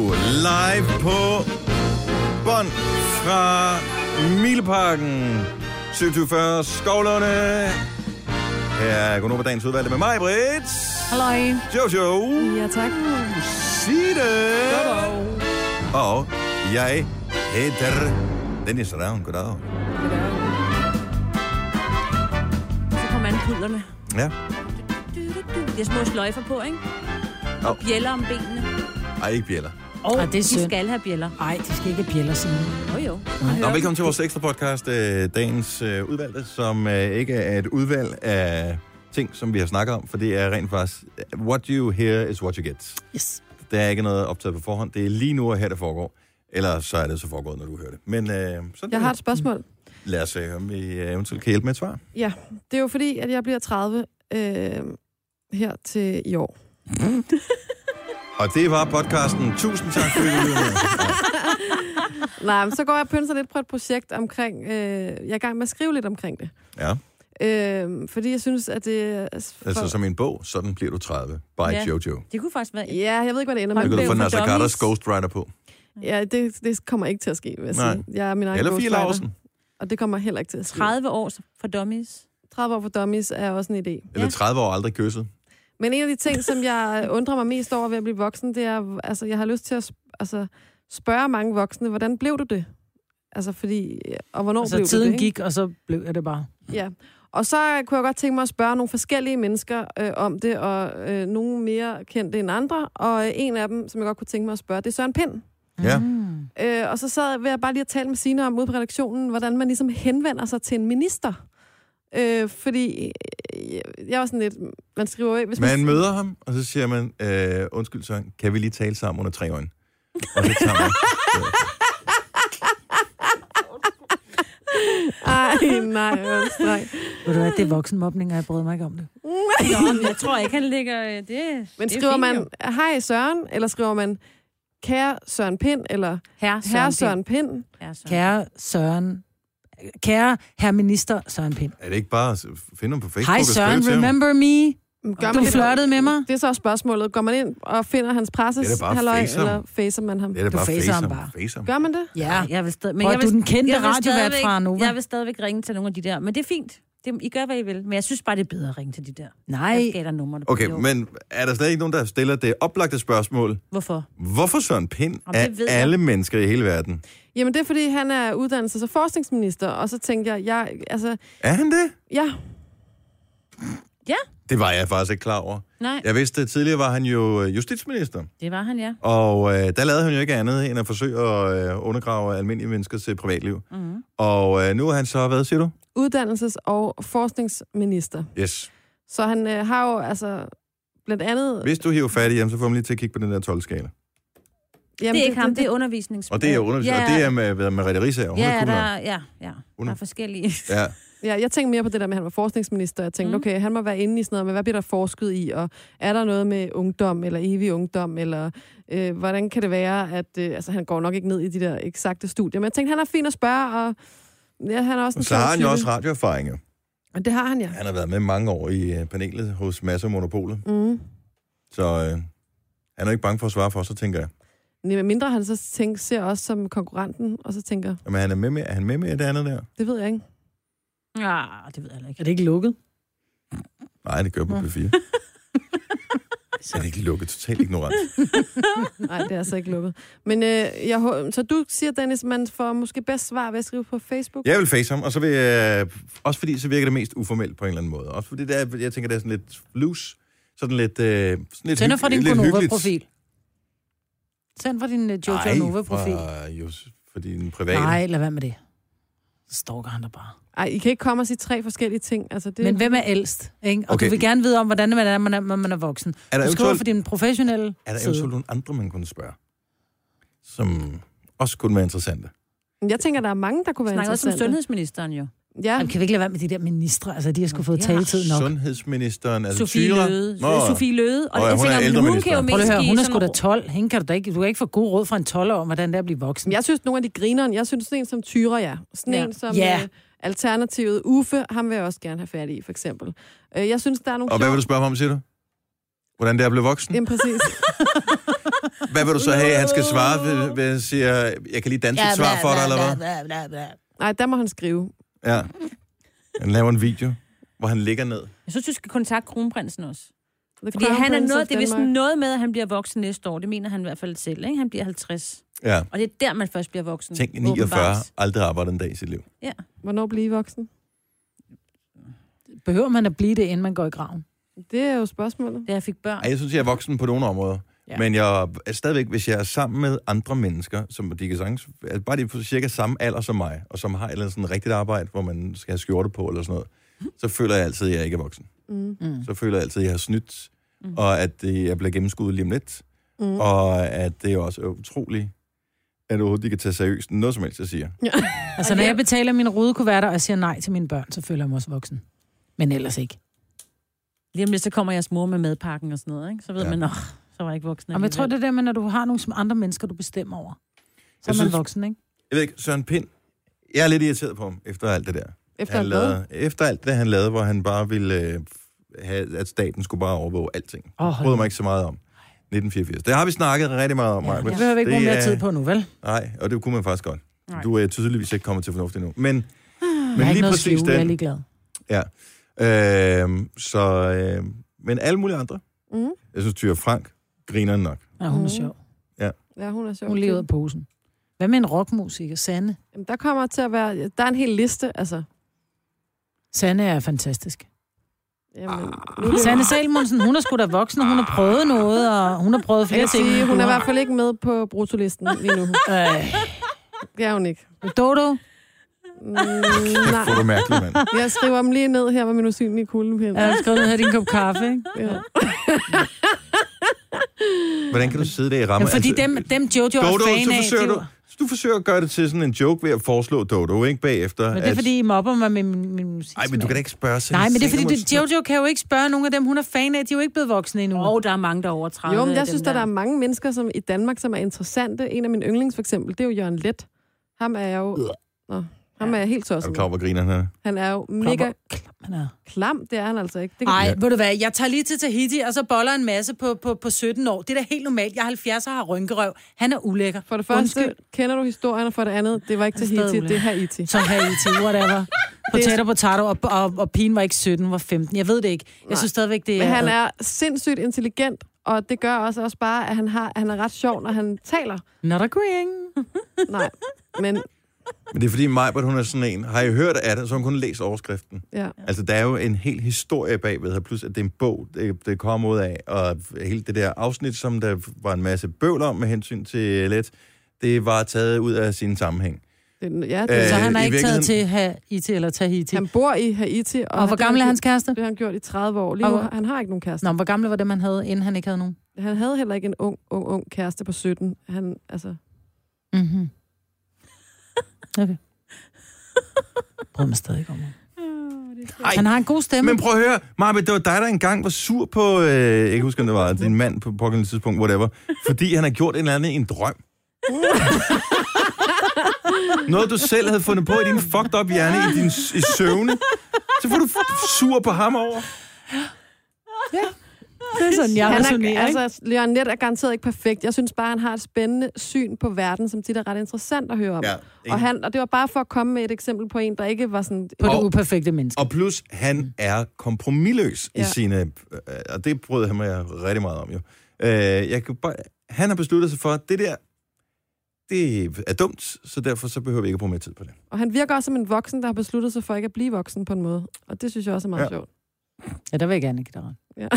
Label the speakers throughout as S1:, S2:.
S1: live på bånd fra Mileparken. 2740 Skovlunde. Her er Gunova Dagens udvalgte med mig, Britt.
S2: Halløj.
S1: Jojo.
S2: Ja, tak.
S1: Signe. Og jeg hedder Dennis Ravn. Goddag.
S3: Så kommer an pullerne.
S1: Ja.
S3: De har små sløjfer på, ikke? Og
S1: Au.
S3: bjæller om benene.
S1: Ej, ikke bjæller.
S2: Åh, det er
S3: De
S2: synd.
S3: skal have bjæller.
S2: Nej, de skal ikke have bjæller sine.
S3: Jo, jo.
S1: Nå, velkommen til vores ekstra podcast, øh, dagens øh, udvalgte, som øh, ikke er et udvalg af ting, som vi har snakket om, for det er rent faktisk, øh, what you hear is what you get.
S2: Yes.
S1: Der er ikke noget optaget på forhånd. Det er lige nu og her, det foregår. Eller så er det så foregået, når du hører det. Men øh, sådan
S4: Jeg har et spørgsmål.
S1: lad os se, om vi øh, eventuelt kan hjælpe med et svar.
S4: Ja, det er jo fordi, at jeg bliver 30 øh, her til i år.
S1: Og det var podcasten. Tusind tak, fordi du lyttede med.
S4: Nej, men så går jeg og pynser lidt på et projekt omkring... Øh, jeg er i gang med at skrive lidt omkring det.
S1: Ja,
S4: Øh, fordi jeg synes, at det... er s- For,
S1: altså som i en bog, sådan bliver du 30. By
S3: Ja.
S1: Jojo.
S3: Det kunne faktisk være...
S4: Ja, jeg ved ikke, hvad det
S1: Det
S4: ender med.
S1: kan du
S3: blev
S1: få
S3: for
S1: Nasser
S3: dummies.
S1: Carters ghostwriter på.
S4: Ja, det, det kommer ikke til at ske, vil jeg
S1: Nej.
S4: sige. Jeg er min egen
S1: Eller Fie
S4: ghostwriter,
S1: Larsen.
S4: Og det kommer heller ikke til at ske.
S3: 30 år for dummies.
S4: 30 år for dummies er også en idé.
S1: Eller 30 år aldrig kysset.
S4: Men en af de ting, som jeg undrer mig mest over ved at blive voksen, det er, altså, jeg har lyst til at sp- altså, spørge mange voksne, hvordan blev du det? Altså, fordi, og hvornår
S2: Og så
S4: blev du
S2: Altså, tiden
S4: det? ikke?
S2: gik, og så blev jeg det bare.
S4: Ja. Og så kunne jeg godt tænke mig at spørge nogle forskellige mennesker øh, om det, og øh, nogle mere kendte end andre. Og øh, en af dem, som jeg godt kunne tænke mig at spørge, det er Søren Pind.
S1: Ja.
S2: Mm.
S4: Øh, og så sad ved jeg bare lige at tale med Signe om ude på redaktionen, hvordan man ligesom henvender sig til en minister. Øh, fordi øh, jeg var sådan lidt, man skriver af, hvis
S1: Man møder ham, og så siger man, øh, undskyld Søren, kan vi lige tale sammen under tre øjne? Og så tager man.
S4: Ej, nej, hvor er det strengt.
S2: Ved du hvad, det er voksenmobning, og jeg bryder mig ikke om det.
S3: Nå, men jeg tror ikke, han ligger... øh, Det, det er
S4: Men skriver
S3: fint,
S4: man,
S3: jo.
S4: hej Søren, eller skriver man, kære Søren Pind, eller
S3: Herre Søren.
S4: herre Søren Pind?
S3: Herre Søren.
S2: Kære Søren... Kære herr minister Søren Pind.
S1: Er det ikke bare at finde ham på Facebook?
S2: Hej
S1: og skrive
S2: Søren,
S1: til ham?
S2: remember me?
S4: Men Gør
S2: Du
S4: man det-
S2: flirtede med mig.
S4: Det er så også spørgsmålet. Går man ind og finder hans presses
S1: Det er da bare at
S4: halløj,
S1: face ham.
S4: eller facer man ham?
S1: Det er da
S2: Du
S1: bare
S2: facer
S1: face
S2: ham
S1: ham.
S2: bare.
S1: Face ham.
S4: Gør man det?
S2: Ja.
S3: Jeg vil stadig...
S2: Hvor er du
S3: vil-
S2: den kendte
S3: jeg vil
S2: radiovært
S3: stadigvæk-
S2: fra Nova?
S3: Jeg vil stadigvæk ringe til nogle af de der, men det er fint. Det, I gør, hvad I vil. Men jeg synes bare, det er bedre at ringe til de der.
S2: Nej.
S3: Jeg skal der numre.
S1: Okay, men er der slet ikke nogen, der stiller det oplagte spørgsmål?
S3: Hvorfor?
S1: Hvorfor Søren Pind
S3: Jamen,
S1: af
S3: det ved jeg.
S1: alle mennesker i hele verden?
S4: Jamen, det er, fordi han er uddannelses- og forskningsminister, og så tænker jeg, jeg altså,
S1: Er han det?
S4: ja,
S1: Det var jeg faktisk ikke klar over.
S3: Nej,
S1: Jeg vidste, at tidligere var han jo øh, justitsminister,
S3: det var han, ja.
S1: og øh, der lavede han jo ikke andet end at forsøge at øh, undergrave almindelige menneskers øh, privatliv.
S2: Mm.
S3: Mhm.
S1: Og øh, nu er han så, hvad siger du?
S4: uddannelses- og forskningsminister.
S1: Yes.
S4: Så han øh, har jo altså blandt andet...
S1: Hvis du hiver fat i ham, så får man lige til at kigge på den der 12-skala.
S4: Jamen,
S3: det er ikke ham, det er undervisnings...
S1: Og det er undervis,
S3: ja,
S1: og det er med, hvad, med Rette Risager. Hun
S3: Ja,
S1: er cool
S3: der,
S1: nok.
S3: ja, ja.
S1: Hun
S3: Der
S1: er-
S3: er forskellige.
S1: Ja.
S4: Ja, jeg tænkte mere på det der med, at han var forskningsminister. Jeg tænkte,
S3: Mm.
S4: mm. okay, han må være inde i sådan noget, men hvad bliver der forsket i? Og er der noget med ungdom, eller evig ungdom, eller øh, hvordan kan det være, at... Øh, altså, han går nok ikke ned i de der eksakte studier, men jeg tænkte, han er fin at spørge, og ja, han er også en
S1: Og så har han jo
S4: sjov
S1: også
S4: type.
S1: radioerfaring. jo.
S4: Men det har han, ja.
S1: Han har været med mange år i øh, panelet hos Masser Monopolet.
S4: Mm.
S1: Så øh, han er ikke bange for at svare for, så tænker jeg.
S4: Men mindre han så tænker, ser os som konkurrenten, og så tænker,
S1: Jamen, han er, med med, er han med med i det andet der?
S4: det ved jeg ikke.
S3: Ja, Ah, det ved jeg heller ikke.
S2: Er det ikke lukket?
S1: Nej, det gør på P4. så er det ikke lukket. Totalt ignorant.
S4: Nej, det er altså ikke lukket. Men øh, jeg, hå- så du siger, Dennis, man får måske bedst svar ved at skrive på Facebook?
S1: Jeg vil face ham, og så vil jeg, øh, også fordi så virker det mest uformelt på en eller anden måde. Også fordi det er, jeg tænker, det er sådan lidt loose. Sådan lidt, øh, sådan lidt,
S2: Tænd
S1: hyggeligt.
S2: fra din
S1: lidt hyggeligt.
S2: Gonova-profil. Tænd fra din øh, Jojo
S1: Nej,
S2: Nova-profil.
S1: fra, jo, for din private. Nej.
S2: Nej, lad være med det. Så Stalker han der bare.
S4: Ej, I kan ikke komme og sige tre forskellige ting. Altså, det...
S2: Men hvem er ældst? Ikke? Og
S1: Okay.
S2: okay. du vil gerne vide om, hvordan man er, man er, når man er voksen.
S1: Er der
S2: du skriver
S1: eventuelt-
S2: for din professionelle
S1: Er der
S2: side.
S1: eventuelt nogle andre, man kunne spørge? Som også kunne være interessante.
S4: Jeg tænker, der er mange, der kunne
S3: Vi
S4: være
S3: snakker også om
S4: interessante.
S3: sundhedsministeren jo.
S4: Ja,
S2: Jamen, kan vi ikke lade være med de der ministre? Altså, de har sgu fået
S3: Ja.
S2: taletid nok.
S1: Sundhedsministeren, er det
S3: Sofie
S1: Thyra?
S3: Løde.
S1: Nå,
S3: Sofie Løde.
S1: Nå ja,
S3: jeg
S1: hun er
S3: tænker,
S1: ældreminister.
S3: Hun kan jo
S2: Prøv lige at høre,
S3: mindst
S2: hun er
S3: give
S2: sgu da
S3: sådan-
S2: 12. Hende kan du da ikke, du kan ikke få gode råd fra en 12 om, hvordan det er at blive voksen.
S4: men jeg synes, nogle af de grineren, jeg synes sådan en som Tyra, ja. Sådan
S3: Ja.
S4: en som
S2: Ja.
S4: yeah. øh, Alternativet Uffe, ham vil jeg også gerne have fat i, for eksempel. Øh, jeg synes, der er nogle
S1: Og hvad vil
S4: sjove-
S1: du spørge mig om, siger du? Hvordan det er at blive voksen?
S4: Jamen, præcis.
S1: Hvad vil du så have, han skal svare, ved, ved at sige, jeg kan lige danse et svar for dig, eller hvad?
S4: Nej, der må han skrive.
S1: Ja. Han laver en video, hvor han ligger ned.
S3: Jeg synes, du skal kontakte kronprinsen også.
S4: The
S3: Fordi
S4: Crown
S3: han er
S4: Prince
S3: noget,
S4: of
S3: det er vist
S4: Denmark.
S3: noget med, at han bliver voksen næste år. Det mener han i hvert fald selv, ikke? Han bliver 50.
S1: Ja.
S3: Og det er der, man først bliver voksen.
S1: Tænk, 49,
S3: åbenbart.
S1: aldrig har arbejdet en dag i sit liv.
S4: Hvornår bliver I voksen?
S2: Behøver man at blive det, inden man går i graven?
S4: Det er jo spørgsmålet.
S3: Da jeg fik børn.
S1: Ej, jeg synes, jeg er voksen på nogle områder. Ja.
S2: Ja.
S1: Men jeg er stadigvæk, hvis jeg er sammen med andre mennesker, som de kan sagtens, altså bare de er på cirka samme alder som mig, og som har et eller andet sådan rigtigt arbejde, hvor man skal have skjorte på eller sådan noget, så føler jeg altid, at jeg ikke er voksen.
S4: Mm.
S2: Mm.
S1: Så føler jeg altid, at jeg har snydt, mm. og at øh, jeg bliver gennemskuddet lige om lidt,
S4: Mm.
S1: mm. og at det er også utroligt, at overhovedet de kan tage seriøst noget som helst, jeg siger.
S2: Altså, når jeg betaler mine rudekuverter, og jeg siger nej til mine børn, så føler jeg mig også voksen. Men ellers ikke.
S3: Lige om lidt, så kommer jeres mor med madpakken og sådan noget, ikke? Så ved
S1: Ja.
S3: ja. man, åh, så var jeg ikke voksen.
S2: Og jeg tror, det er der med, når du har nogle som andre mennesker, du bestemmer over. Så
S1: Jeg
S2: er man
S1: synes-
S2: voksen, ikke?
S1: Jeg ved ikke, Søren Pind, jeg er lidt irriteret på ham efter alt det der.
S4: Efter
S1: han
S4: han lavede.
S1: lavede, efter alt det, han lavede, hvor han bare ville øh, have, at staten skulle bare overvåge alting. Det
S2: Åh,
S1: bryder mig ikke så meget om. 1984. Det har vi snakket rigtig meget om,
S2: ja,
S1: Maja.
S2: det behøver vi ikke bruge mere tid på nu, vel?
S1: Nej, og det kunne man faktisk godt. Nej.
S3: Nej.
S1: Du er tydeligvis ikke kommet til fornuft endnu. Men,
S2: Ah, jeg
S1: men
S2: har ikke
S1: lige
S2: noget
S1: præcis
S2: skjul, jeg er
S1: den.
S2: ligeglad.
S1: Øh, så, øh, men alle mulige andre.
S4: Mm.
S1: Jeg synes, Tyre Frank griner nok.
S2: Ja, hun er
S4: Mm.
S2: sjov.
S4: Ja, hun er sjov.
S2: Hun lever ud af posen. Hvad med en rockmusiker? Sanne.
S4: Jamen, der kommer til at være... Der er en hel liste, altså.
S2: Sanne er fantastisk.
S1: Ah.
S4: Jamen, nu er det-
S2: Sanne Salmonsen, hun er sgu da voksen, og hun har prøvet noget, og hun har prøvet
S4: Jeg
S2: flere
S4: kan
S2: ting.
S4: sige, hun er i hvert fald ikke med på brutolisten lige nu.
S2: Øh,
S4: Det er hun ikke.
S2: Dodo,
S4: Mm,
S1: Kæft, hvor er
S4: nej.
S1: du mærkelig, mand.
S4: Jeg skriver dem lige ned her med min usynlige kuglepind.
S2: er du skrevet ned her i din kop kaffe, ikke?
S4: Ja.
S1: Hvordan kan du sidde der i
S2: Ja,
S1: rammen? Altså,
S2: fordi dem, dem Jojo er
S1: Dodo,
S2: fan
S1: så
S2: af, det er
S1: forsøger
S2: jo-
S1: du, du forsøger at gøre det til sådan en joke ved at foreslå Dodo, ikke? Bagefter.
S2: Men det er
S1: at-
S2: fordi, I mobber mig med min, min musik.
S1: Ej, men du kan da ikke spørge selv.
S2: Nej, men det er fordi, det, Jojo kan jo ikke spørge nogen af dem, hun er fan af. De er jo ikke blevet voksne endnu.
S3: Og der er mange, der er over 30
S4: Jo, men
S3: af
S4: jeg
S3: dem
S4: synes, at der er mange mennesker som i Danmark, som er interessante. En af mine yndlings, for eksempel, det er jo Jørgen Let. Ham er jeg jo... Nå, ham er jeg helt
S1: Er du
S4: tosset.
S1: klar
S4: med.
S1: over, grineren her?
S4: Han er jo mega
S2: Nej,
S4: klam. Det er han altså ikke. Det kan...
S2: Ej, ved du hvad, jeg tager lige til Tahiti, og så boller en masse på, på, på 17 år. Det er da helt normalt. Jeg er 70 og har rynkerøv. Han er ulækker.
S4: For det første,
S2: Undskyld.
S4: kender du historien, og for det andet, det var ikke
S3: Han er stadig
S4: Tahiti, det er
S3: ulækker.
S4: Haiti.
S2: Så Haiti, whatever. Potato, potato, og, og, og pigen var ikke 17, hun var 15. Jeg ved det ikke. Jeg synes stadigvæk, det er...
S4: Men han er sindssygt intelligent, og det gør også, også bare, at han, har, han er ret sjov, når han taler.
S2: Not agreeing.
S4: Nej, men
S1: Men det er fordi Majbert, hun er sådan en. Har I hørt af det, så har hun kun læst overskriften.
S4: ja.
S1: Altså, der er jo en hel historie bagved her, plus at det er en bog, det, det kommer ud af, og hele det der afsnit, som der var en masse bøvl om med hensyn til let, det var taget ud af sin sammenhæng.
S4: Det, ja
S1: Øh,
S4: det,
S2: Så
S4: øh,
S2: han har
S1: i
S2: ikke taget til
S1: virkeligheden-
S2: Haiti eller Tahiti.
S4: han bor i Haiti. Og,
S2: Og hvor gammel er hans kæreste?
S4: Det har han gjort i 30 år. Lige nu,
S2: Og-
S4: han har ikke nogen kæreste.
S2: Nå, hvor gamle var dem, han havde, inden han ikke havde nogen?
S4: Han havde heller ikke en ung, ung, ung kæreste på 17. Han, altså,
S2: Mhm. Okay. Prøv mig stadig ikke om ham.
S1: Ej,
S2: Han har en god stemme.
S1: men prøv at høre, Majbert, det var dig, der engang var sur på, øh, jeg kan ikke huske, om det var din mand på pågældende tidspunkt, whatever, fordi han har gjort en eller anden i en drøm. Noget, du selv havde fundet på i din fucked up hjerne i din s- i søvne. Så får du f- sur på ham over.
S2: det er sådan, jeg
S4: han er,
S2: resonerer, ikke?
S4: altså, Leon Net er garanteret ikke perfekt. Jeg synes bare, han har et spændende syn på verden, som tit er ret interessant at høre om. og, han, og det var bare for at komme med et eksempel på en, der ikke var sådan...
S2: På det
S1: Og-
S2: uperfekte menneske.
S1: Og plus, han er kompromilløs ja. i
S4: Ja.
S1: sine... øh, Og det brød han mig rigtig meget om, jo. Øh, jeg kan bare, han har besluttet sig for, at det der, det er dumt, så derfor så behøver vi ikke at bruge mere tid på det.
S4: Og han virker også som en voksen, der har besluttet sig for ikke at blive voksen på en måde. Og det synes jeg også er meget
S1: Ja.
S4: ja. sjovt.
S2: Ja, der vil jeg gerne give dig ret.
S4: Ja.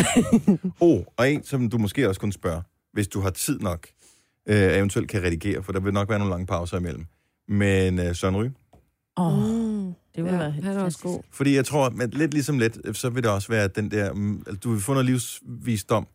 S1: Oh, og en, som du måske også kunne spørge, hvis du har tid nok, øh, eventuelt kan redigere, for der vil nok være nogle lange pauser imellem. Men øh, Søren Ryge,
S3: Åh,
S4: Mm.
S3: det ville
S4: Ja,
S3: være helt
S4: han er også
S3: fantastisk.
S4: god.
S1: Fordi jeg tror, at lidt ligesom lidt, øh, så vil det også være den der, mm, altså, du vil få noget livsvisdom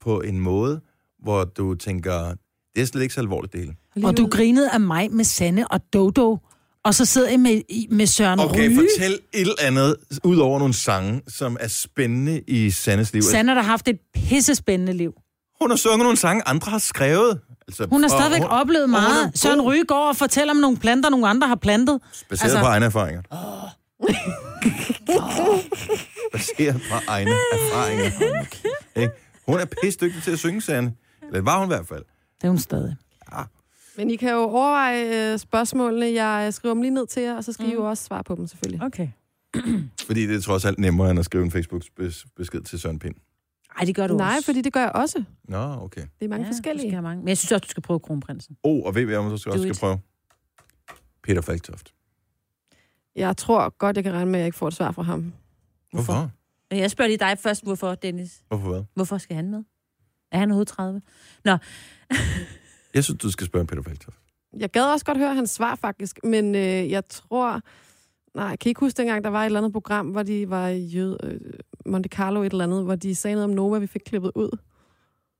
S1: på en måde, hvor du tænker, det er slet ikke så alvorligt det hele.
S2: Og du grinede af mig med Sanne og Dodo, og så sidder jeg med, i- med Søren
S1: Okay,
S2: Ryge.
S1: fortæl et eller andet, ud over nogle sange, som er spændende i Sandes liv.
S2: Sanne der har haft et pissespændende liv.
S1: Hun har sunget nogle sange, andre har skrevet. Altså,
S2: Hun har
S1: og
S2: stadigvæk
S1: hun-
S2: oplevet
S1: og hun er
S2: meget.
S1: god.
S2: Søren Ryge går og fortæller om nogle planter, nogle andre har plantet.
S1: Baseret altså...
S2: altså-
S1: på egne erfaringer. Oh. Baseret på egne erfaringer. Ikke? Hun er pisse dygtig til at synge, Sanne. Eller var hun i hvert fald.
S2: Det er hun stadig.
S4: Men I kan jo overveje øh, spørgsmålene. Jeg skriver dem lige ned til jer, og så skal mm. I jo også svare på dem selvfølgelig.
S3: Okay.
S1: Fordi det er trods alt nemmere, end at skrive en Facebook-besked til Søren Pind.
S3: Ej, det gør du
S4: Okay. Nej,
S3: også.
S4: fordi det gør jeg også.
S1: Nå, okay.
S4: Det er mange ja,
S3: du
S4: forskellige.
S3: Skal have mange. Men jeg synes også, du skal prøve kronprinsen.
S1: Oh, og ved vi, om du skal
S3: Do
S1: også skal
S3: it.
S1: prøve? Peter Falktoft.
S4: Jeg tror godt, jeg kan regne med, at jeg ikke får et svar fra ham.
S1: Hvorfor? Hvorfor,
S3: Men Jeg spørger lige dig først, hvorfor, Dennis?
S1: Hvorfor hvad?
S3: Hvorfor skal han med? Er han overhovedet 30?
S1: Jeg synes, du skal spørge Peter Falktoft.
S4: Jeg gad også godt høre hans svar, faktisk. Men øh, jeg tror... Nej, jeg kan I ikke huske dengang, der var et eller andet program, hvor de var i Jød, øh, Monte Carlo et eller andet, hvor de sagde noget om Nova, vi fik klippet ud.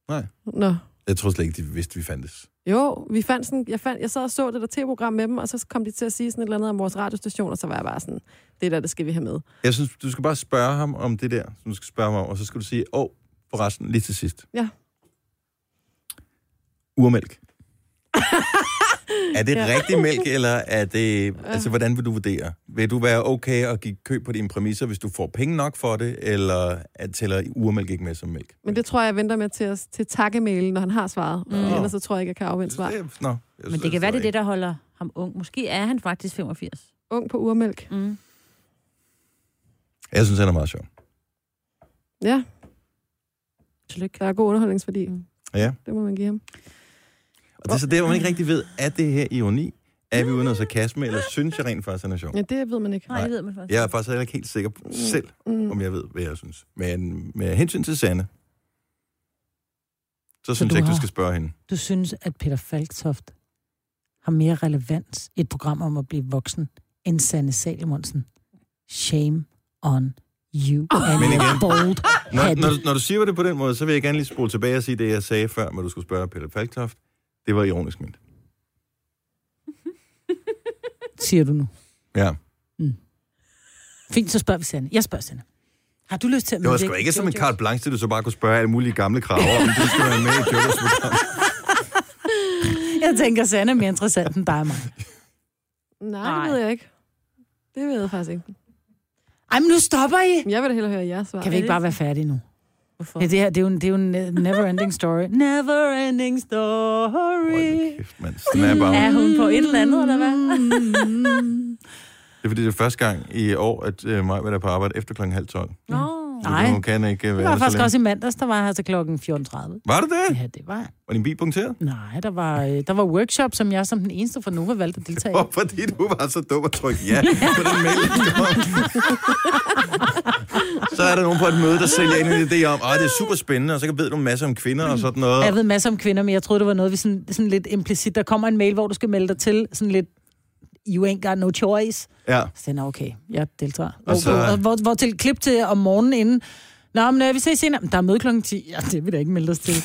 S1: Nej.
S4: Nå.
S1: Jeg tror slet ikke, de vidste, vi fandtes.
S4: Jo, vi fandt sådan, jeg, fandt, jeg sad og så det der tv-program med dem, og så kom de til at sige sådan et eller andet om vores radiostation, og så var jeg bare sådan, det der, det skal vi have med.
S1: Jeg synes, du skal bare spørge ham om det der, som du skal spørge mig om, og så skal du sige, åh, oh, forresten, lige til sidst.
S4: Ja.
S1: Urmælk. er det ja. rigtig mælk, eller er det... Altså, hvordan vil du vurdere? Vil du være okay at give køb på dine præmisser, hvis du får penge nok for det, eller at tæller urmælk ikke med som mælk?
S4: Men det tror jeg, jeg venter med til, at, til takkemailen, når han har svaret. Mm. Ellers så tror jeg ikke, jeg kan afvente svar.
S1: Det, nå, jeg
S3: Men det kan være, det er det, der holder ham ung. Måske er han faktisk 85.
S4: Ung på urmælk.
S3: Mm.
S1: Jeg synes, han er meget sjov.
S4: Ja,
S3: Tillykke.
S4: der er god underholdningsværdi.
S3: Mm.
S1: Ja.
S4: Det må man give ham.
S1: Og det er så der, hvor man ikke rigtig ved, er det her ironi? Er vi uden at sarkasme, eller synes jeg rent faktisk, han er sjov?
S4: Ja, det ved man ikke.
S3: Nej, det ved man faktisk.
S1: Jeg er faktisk heller ikke helt sikker på selv,
S4: Mm.
S1: om jeg ved, hvad jeg synes. Men med hensyn til Sanne, så, synes
S2: du
S1: jeg ikke, du
S2: har-
S1: skal spørge hende.
S2: Du synes, at Peter Falktoft har mere relevans i et program om at blive voksen, end Sanne Salomonsen. Shame on you and
S1: Men
S2: your
S1: igen-
S2: bold
S1: Når,
S2: hat.
S1: når, du- når du siger det på den måde, så vil jeg gerne lige spole tilbage og sige det, jeg sagde før, når du skulle spørge Pelle Falktoft. Det var ironisk ment.
S2: Siger du nu.
S1: Ja.
S2: Fint, så spørger vi Sanne. Jeg spørger Sanne. Har du lyst til at
S1: Det var
S2: medvirke
S1: sgu
S2: i
S1: ikke som en
S2: Jojo's?
S1: carte blanche, til du så bare kunne spørge alle mulige gamle kraver, om du skulle være med i Jojo's program.
S2: Jeg tænker, Sanne er mere interessant end dig og mig.
S4: Nej,
S3: Nej.
S4: det ved jeg ikke. Det ved jeg faktisk ikke.
S2: Ej, men nu stopper I.
S4: Men jeg vil da hellere høre jeres svar.
S2: Kan vi ikke bare være færdige nu?
S3: Hvorfor?
S2: Ja, det her, det er jo en, det er jo en øh, never ending story. Never ending
S1: Hold da
S2: story.
S1: kæft, mand. Snapper.
S3: Er hun på et eller andet, eller hvad?
S1: Det er fordi, det er første gang i år, at øh, mig er på arbejde efter klokken halv tolv.
S3: Nå.
S2: Nej,
S1: Hun kan ikke øh,
S2: det
S1: være
S2: var
S1: der så
S2: faktisk
S1: længe.
S2: også i mandags, der var jeg her til klokken 14.30.
S1: Var det det?
S2: Ja, det var jeg.
S1: Var din bil punkteret?
S2: Nej, der var, øh, der var workshop, som jeg som den eneste fra Nova valgte at deltage i.
S1: Og fordi du var så dum at trykke ja på den mail, der kom. så er der nogen på et møde, der sælger en idé om, at det er super spændende, og så kan ved du en masse om kvinder og sådan noget.
S2: Jeg ved masser om kvinder, men jeg troede, det var noget, vi sådan, sådan lidt implicit. Der kommer en mail, hvor du skal melde dig til, sådan lidt, you ain't got no choice.
S1: Ja.
S2: Så den er okay, jeg deltager.
S1: Og
S2: Og
S1: så-
S2: så... hvor, hvor, hvor til klip til om morgenen inden. Nå, men øh, vi ses senere. Men Der er møde klokken 10. Ja, det vil jeg da ikke melde os til.
S1: Det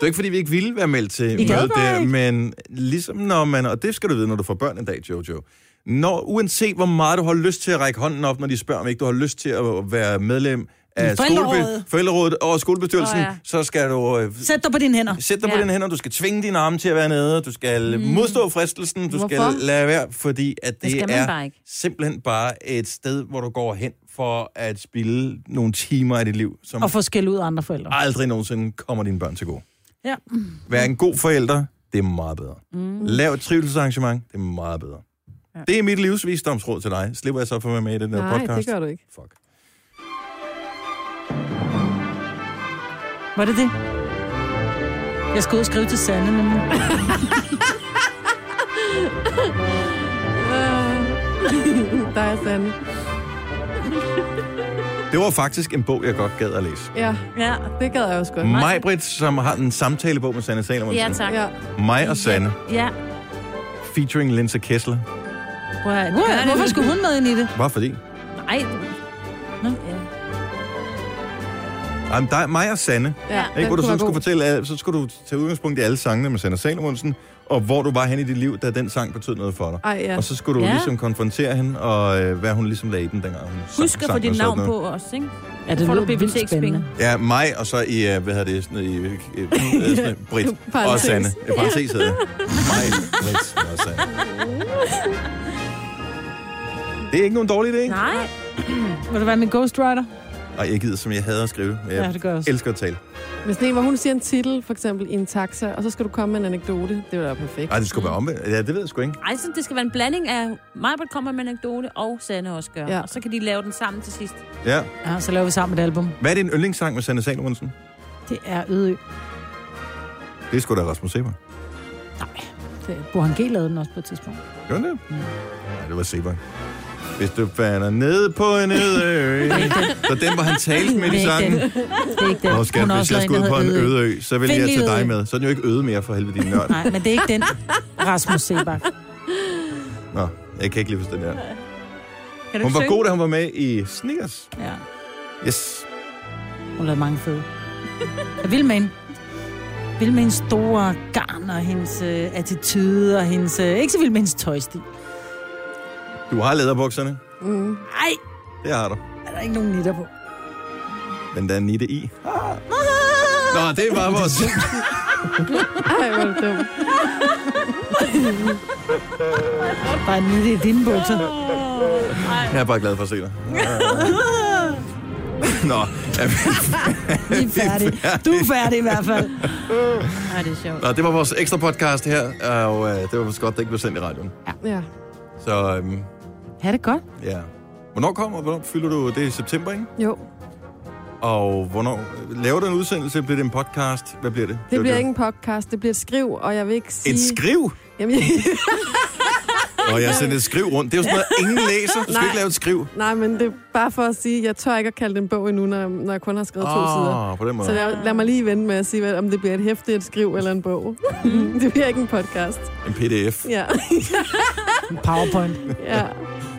S1: er ikke, fordi vi ikke ville være meldt til
S2: Vi gad
S1: mødet
S2: bare
S1: der,
S2: ikke.
S1: men ligesom når man, og det skal du vide, når du får børn en dag, Jojo, når, uanset hvor meget du har lyst til at række hånden op, når de spørger, om ikke du har lyst til at være medlem af
S2: Forældrerådet.
S1: skolebe- forældrerådet og skolebestyrelsen,
S3: Åh,
S1: oh, ja.
S3: ja.
S1: så skal du øh,
S2: Sæt dig på dine hænder.
S1: Sæt dig ja. på
S3: Ja.
S1: dine hænder, du skal tvinge dine arme til at være nede, du skal mm. modstå fristelsen, du Hvorfor?
S4: Hvorfor?
S1: skal lade være, fordi at det,
S3: skal man
S1: er
S3: bare ikke.
S1: simpelthen bare et sted, hvor du går hen for at spille nogle timer af dit liv, som
S2: Og få skæld ud af andre forældre.
S1: aldrig nogensinde kommer dine børn til gode.
S2: Ja.
S1: Vær en god forælder, det er meget bedre. Mm. Lav et trivselsarrangement, det er meget bedre. Ja. Det er mit livsvisdomsråd til dig. Slipper jeg så for at være med i den der
S4: Nej,
S1: podcast?
S4: det gør du ikke.
S1: Fuck.
S2: Var det det? Jeg skal ud og skrive til Sanne, men...
S4: Der er Sande.
S1: Det var faktisk en bog, jeg godt gad at læse.
S4: Ja,
S3: Ja.
S4: det gad jeg også
S1: Mm.
S4: godt.
S1: Majbrit, som har en samtalebog med Sanne Salomonsen.
S3: Ja, tak.
S4: Ja.
S1: Mig og Sanne,
S3: Ja.
S1: featuring Linse Kessler.
S3: Prøv at
S2: Hvor,
S3: høre, gør det.
S2: hvorfor skulle hun med ind i det?
S1: Bare fordi.
S3: Nej. Nå. Ja.
S1: Jamen, der er mig og Sanne.
S4: Ja,
S1: Ikke,
S4: den
S1: hvor du
S4: kunne
S1: sådan
S4: være
S1: skulle
S4: god.
S1: fortælle, alt, så skulle du tage udgangspunkt i alle sangene med Sanne Salomonsen, og hvor du var hen i dit liv, da den sang betød noget for dig.
S4: Ej, ja.
S1: Og så skulle du ja.
S3: Ja.
S1: ligesom konfrontere hende, og øh, hvad hun ligesom lagde i den, dengang hun sang-
S3: Husk at
S1: sang
S3: få
S1: og
S3: dit
S1: sådan
S3: navn
S1: noget.
S3: på os, ikke?
S2: Ja, det
S3: Får du
S2: lyder vildt
S3: bibliotekspenge?
S2: spændende.
S1: Ja, mig, og så i, øh, hvad hedder det, sådan noget, i, øh, øh, øh, sådan noget, Britt og
S4: Parentes.
S1: Sanne. Ja. Parentes hedder det. Mig, Britt og Sanne. Det er ikke nogen dårlig idé.
S3: Nej.
S2: Vil du være min ghostwriter?
S1: Ej, jeg gider, som jeg hader at skrive. men Jeg
S2: Ja, det gør jeg også.
S1: elsker at tale.
S4: Hvis det er en, hvor hun siger en titel, for eksempel i en taxa, og så skal du komme med en anekdote, det ville da være perfekt.
S1: Nej, det skulle være omvendt. Ja, det ved jeg sgu ikke.
S3: Ej, så det skal være en blanding af, Majbert kommer med en anekdote, og Sanne også gør.
S4: Ja.
S3: Ja. Og så kan de lave den sammen til sidst.
S1: Ja.
S2: Ja, så laver vi sammen et album.
S1: Hvad er din yndlingssang med Sanne Salomonsen?
S2: Det er Ødø.
S1: Det er sgu da Rasmus Seber.
S2: Nej, det, Burhan G. lavede den også på et tidspunkt.
S1: Gør den det? Nej, det var Seber. Hvis du falder ned på en øde ø. Så den, hvor han talte med i
S2: Det er ikke
S1: sangen.
S2: den. Det er ikke den.
S1: Nå, skat,
S2: har
S1: hvis jeg
S2: lavet
S1: skulle ud
S2: der
S1: på en
S2: hedder
S1: øde ø, så vil
S2: Find
S1: jeg
S2: lige
S1: tage
S2: øde ø.
S1: dig med. Så er den jo ikke øde mere, for helvede, din nørd.
S2: Nej, men det er ikke den, Rasmus Sebak.
S1: Nå, jeg kan ikke lige forstå den her.
S3: Kan du
S1: Hun
S3: ikke
S1: var
S3: synge?
S1: god, da hun var med i Snickers.
S2: Ja,
S1: Yes.
S2: hun lavede mange fede. Jeg vil med hende. Vild med hendes store garn og hendes øh, attitude og hendes... Øh, ikke så vild med hendes tøjstil.
S1: Du har læderbukserne.
S4: Mm.
S2: Ej,
S1: Det har du.
S2: er der ikke nogen nitter på?
S1: Men der er nitte i. Ah. Nå, det var vores...
S4: Ej, hvor er det dumt.
S2: Bare en nitte i dine bukser.
S1: Jeg er bare glad for at se dig. Nå, er vi-
S2: Vi er færdige. Du er færdig i hvert fald.
S3: Nej, det er sjovt.
S1: Nå, det var vores ekstra podcast her, og øh, det var vist godt, det ikke blev sendt i radioen.
S4: Ja.
S1: Så øhm,
S2: Ha' det godt.
S1: ja. Hvornår kommer, hvornår fylder du det er i september, ikke?
S4: Jo,
S1: Og hvornår laver du en udsendelse? Bliver det en podcast? Hvad bliver det?
S4: det
S1: var
S4: bliver ikke en podcast, det bliver et skriv, og jeg vil ikke sige...
S1: Et skriv?
S4: Jamen, jeg...
S1: Og jeg sendte et skriv rundt. Det er jo sådan noget, ingen læser. Du skal
S4: Nej.
S1: ikke lave et skriv.
S4: Nej, men det er bare for at sige, jeg tør ikke at kalde det en bog endnu, når, når jeg kun har skrevet oh.
S1: Ah.
S4: to sider.
S1: Åh, på den måde.
S4: Så lad, lad mig lige vente med at sige, hvad, om det bliver et hæfte, et skriv eller en bog. det bliver ikke en podcast.
S1: En pdf.
S4: Ja,
S2: Powerpoint.
S4: ja,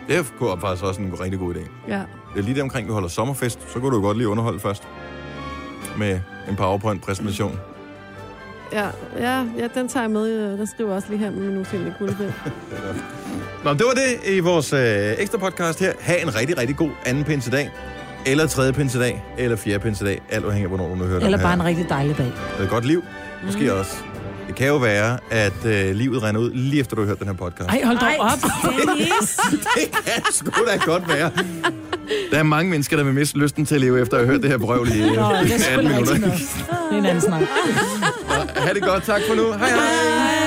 S1: Det kunne faktisk også en rigtig god idé.
S4: ja.
S1: Det er lige der omkring, vi holder sommerfest. Så kunne du jo godt lige underholde først. Med en PowerPoint-præsentation.
S4: Ja, ja, ja, den tager jeg med. øh, Den skriver jeg også lige her med min usynlige kuglepind.
S1: Nå, det var det i vores øh, ekstra podcast her. Ha' en rigtig, rigtig god anden pinsedag. Eller tredje pinsedag. Eller fjerde pinsedag. Alt afhængig af, hvornår du nu hører
S2: Eller
S1: den
S2: bare
S1: her.
S2: en rigtig dejlig dag.
S1: et godt liv. Måske mm. også. Det kan jo være, at øh, livet render ud lige efter, du har hørt den her podcast.
S2: Ej, hold dog op.
S3: Dennis.
S1: Det kan sgu da godt være. Der er mange mennesker, der vil miste lysten til at leve, efter at have hørt det her brøvl i øh,
S2: Nå, det er sgu
S1: 18
S2: da rigtig
S1: minutter.
S2: nok. Det er en anden snak.
S1: Ha' det godt. Tak for nu. Hej hej. hej.